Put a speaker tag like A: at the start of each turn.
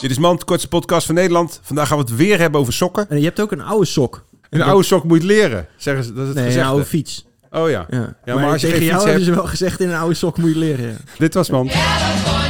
A: Dit is Mand, kortste podcast van Nederland. Vandaag gaan we het weer hebben over sokken.
B: En je hebt ook een oude sok.
A: Een oude sok moet je leren, zeggen ze. Dat is het
B: Nee, een
A: gezegde.
B: oude fiets.
A: Oh ja. ja.
B: Ja. maar
A: maar als je
B: tegen
A: geen
B: jou
A: fiets
B: hebben
A: hebt...
B: ze wel gezegd, in een oude sok moet je leren. ja.
A: Dit was Mand.
C: California.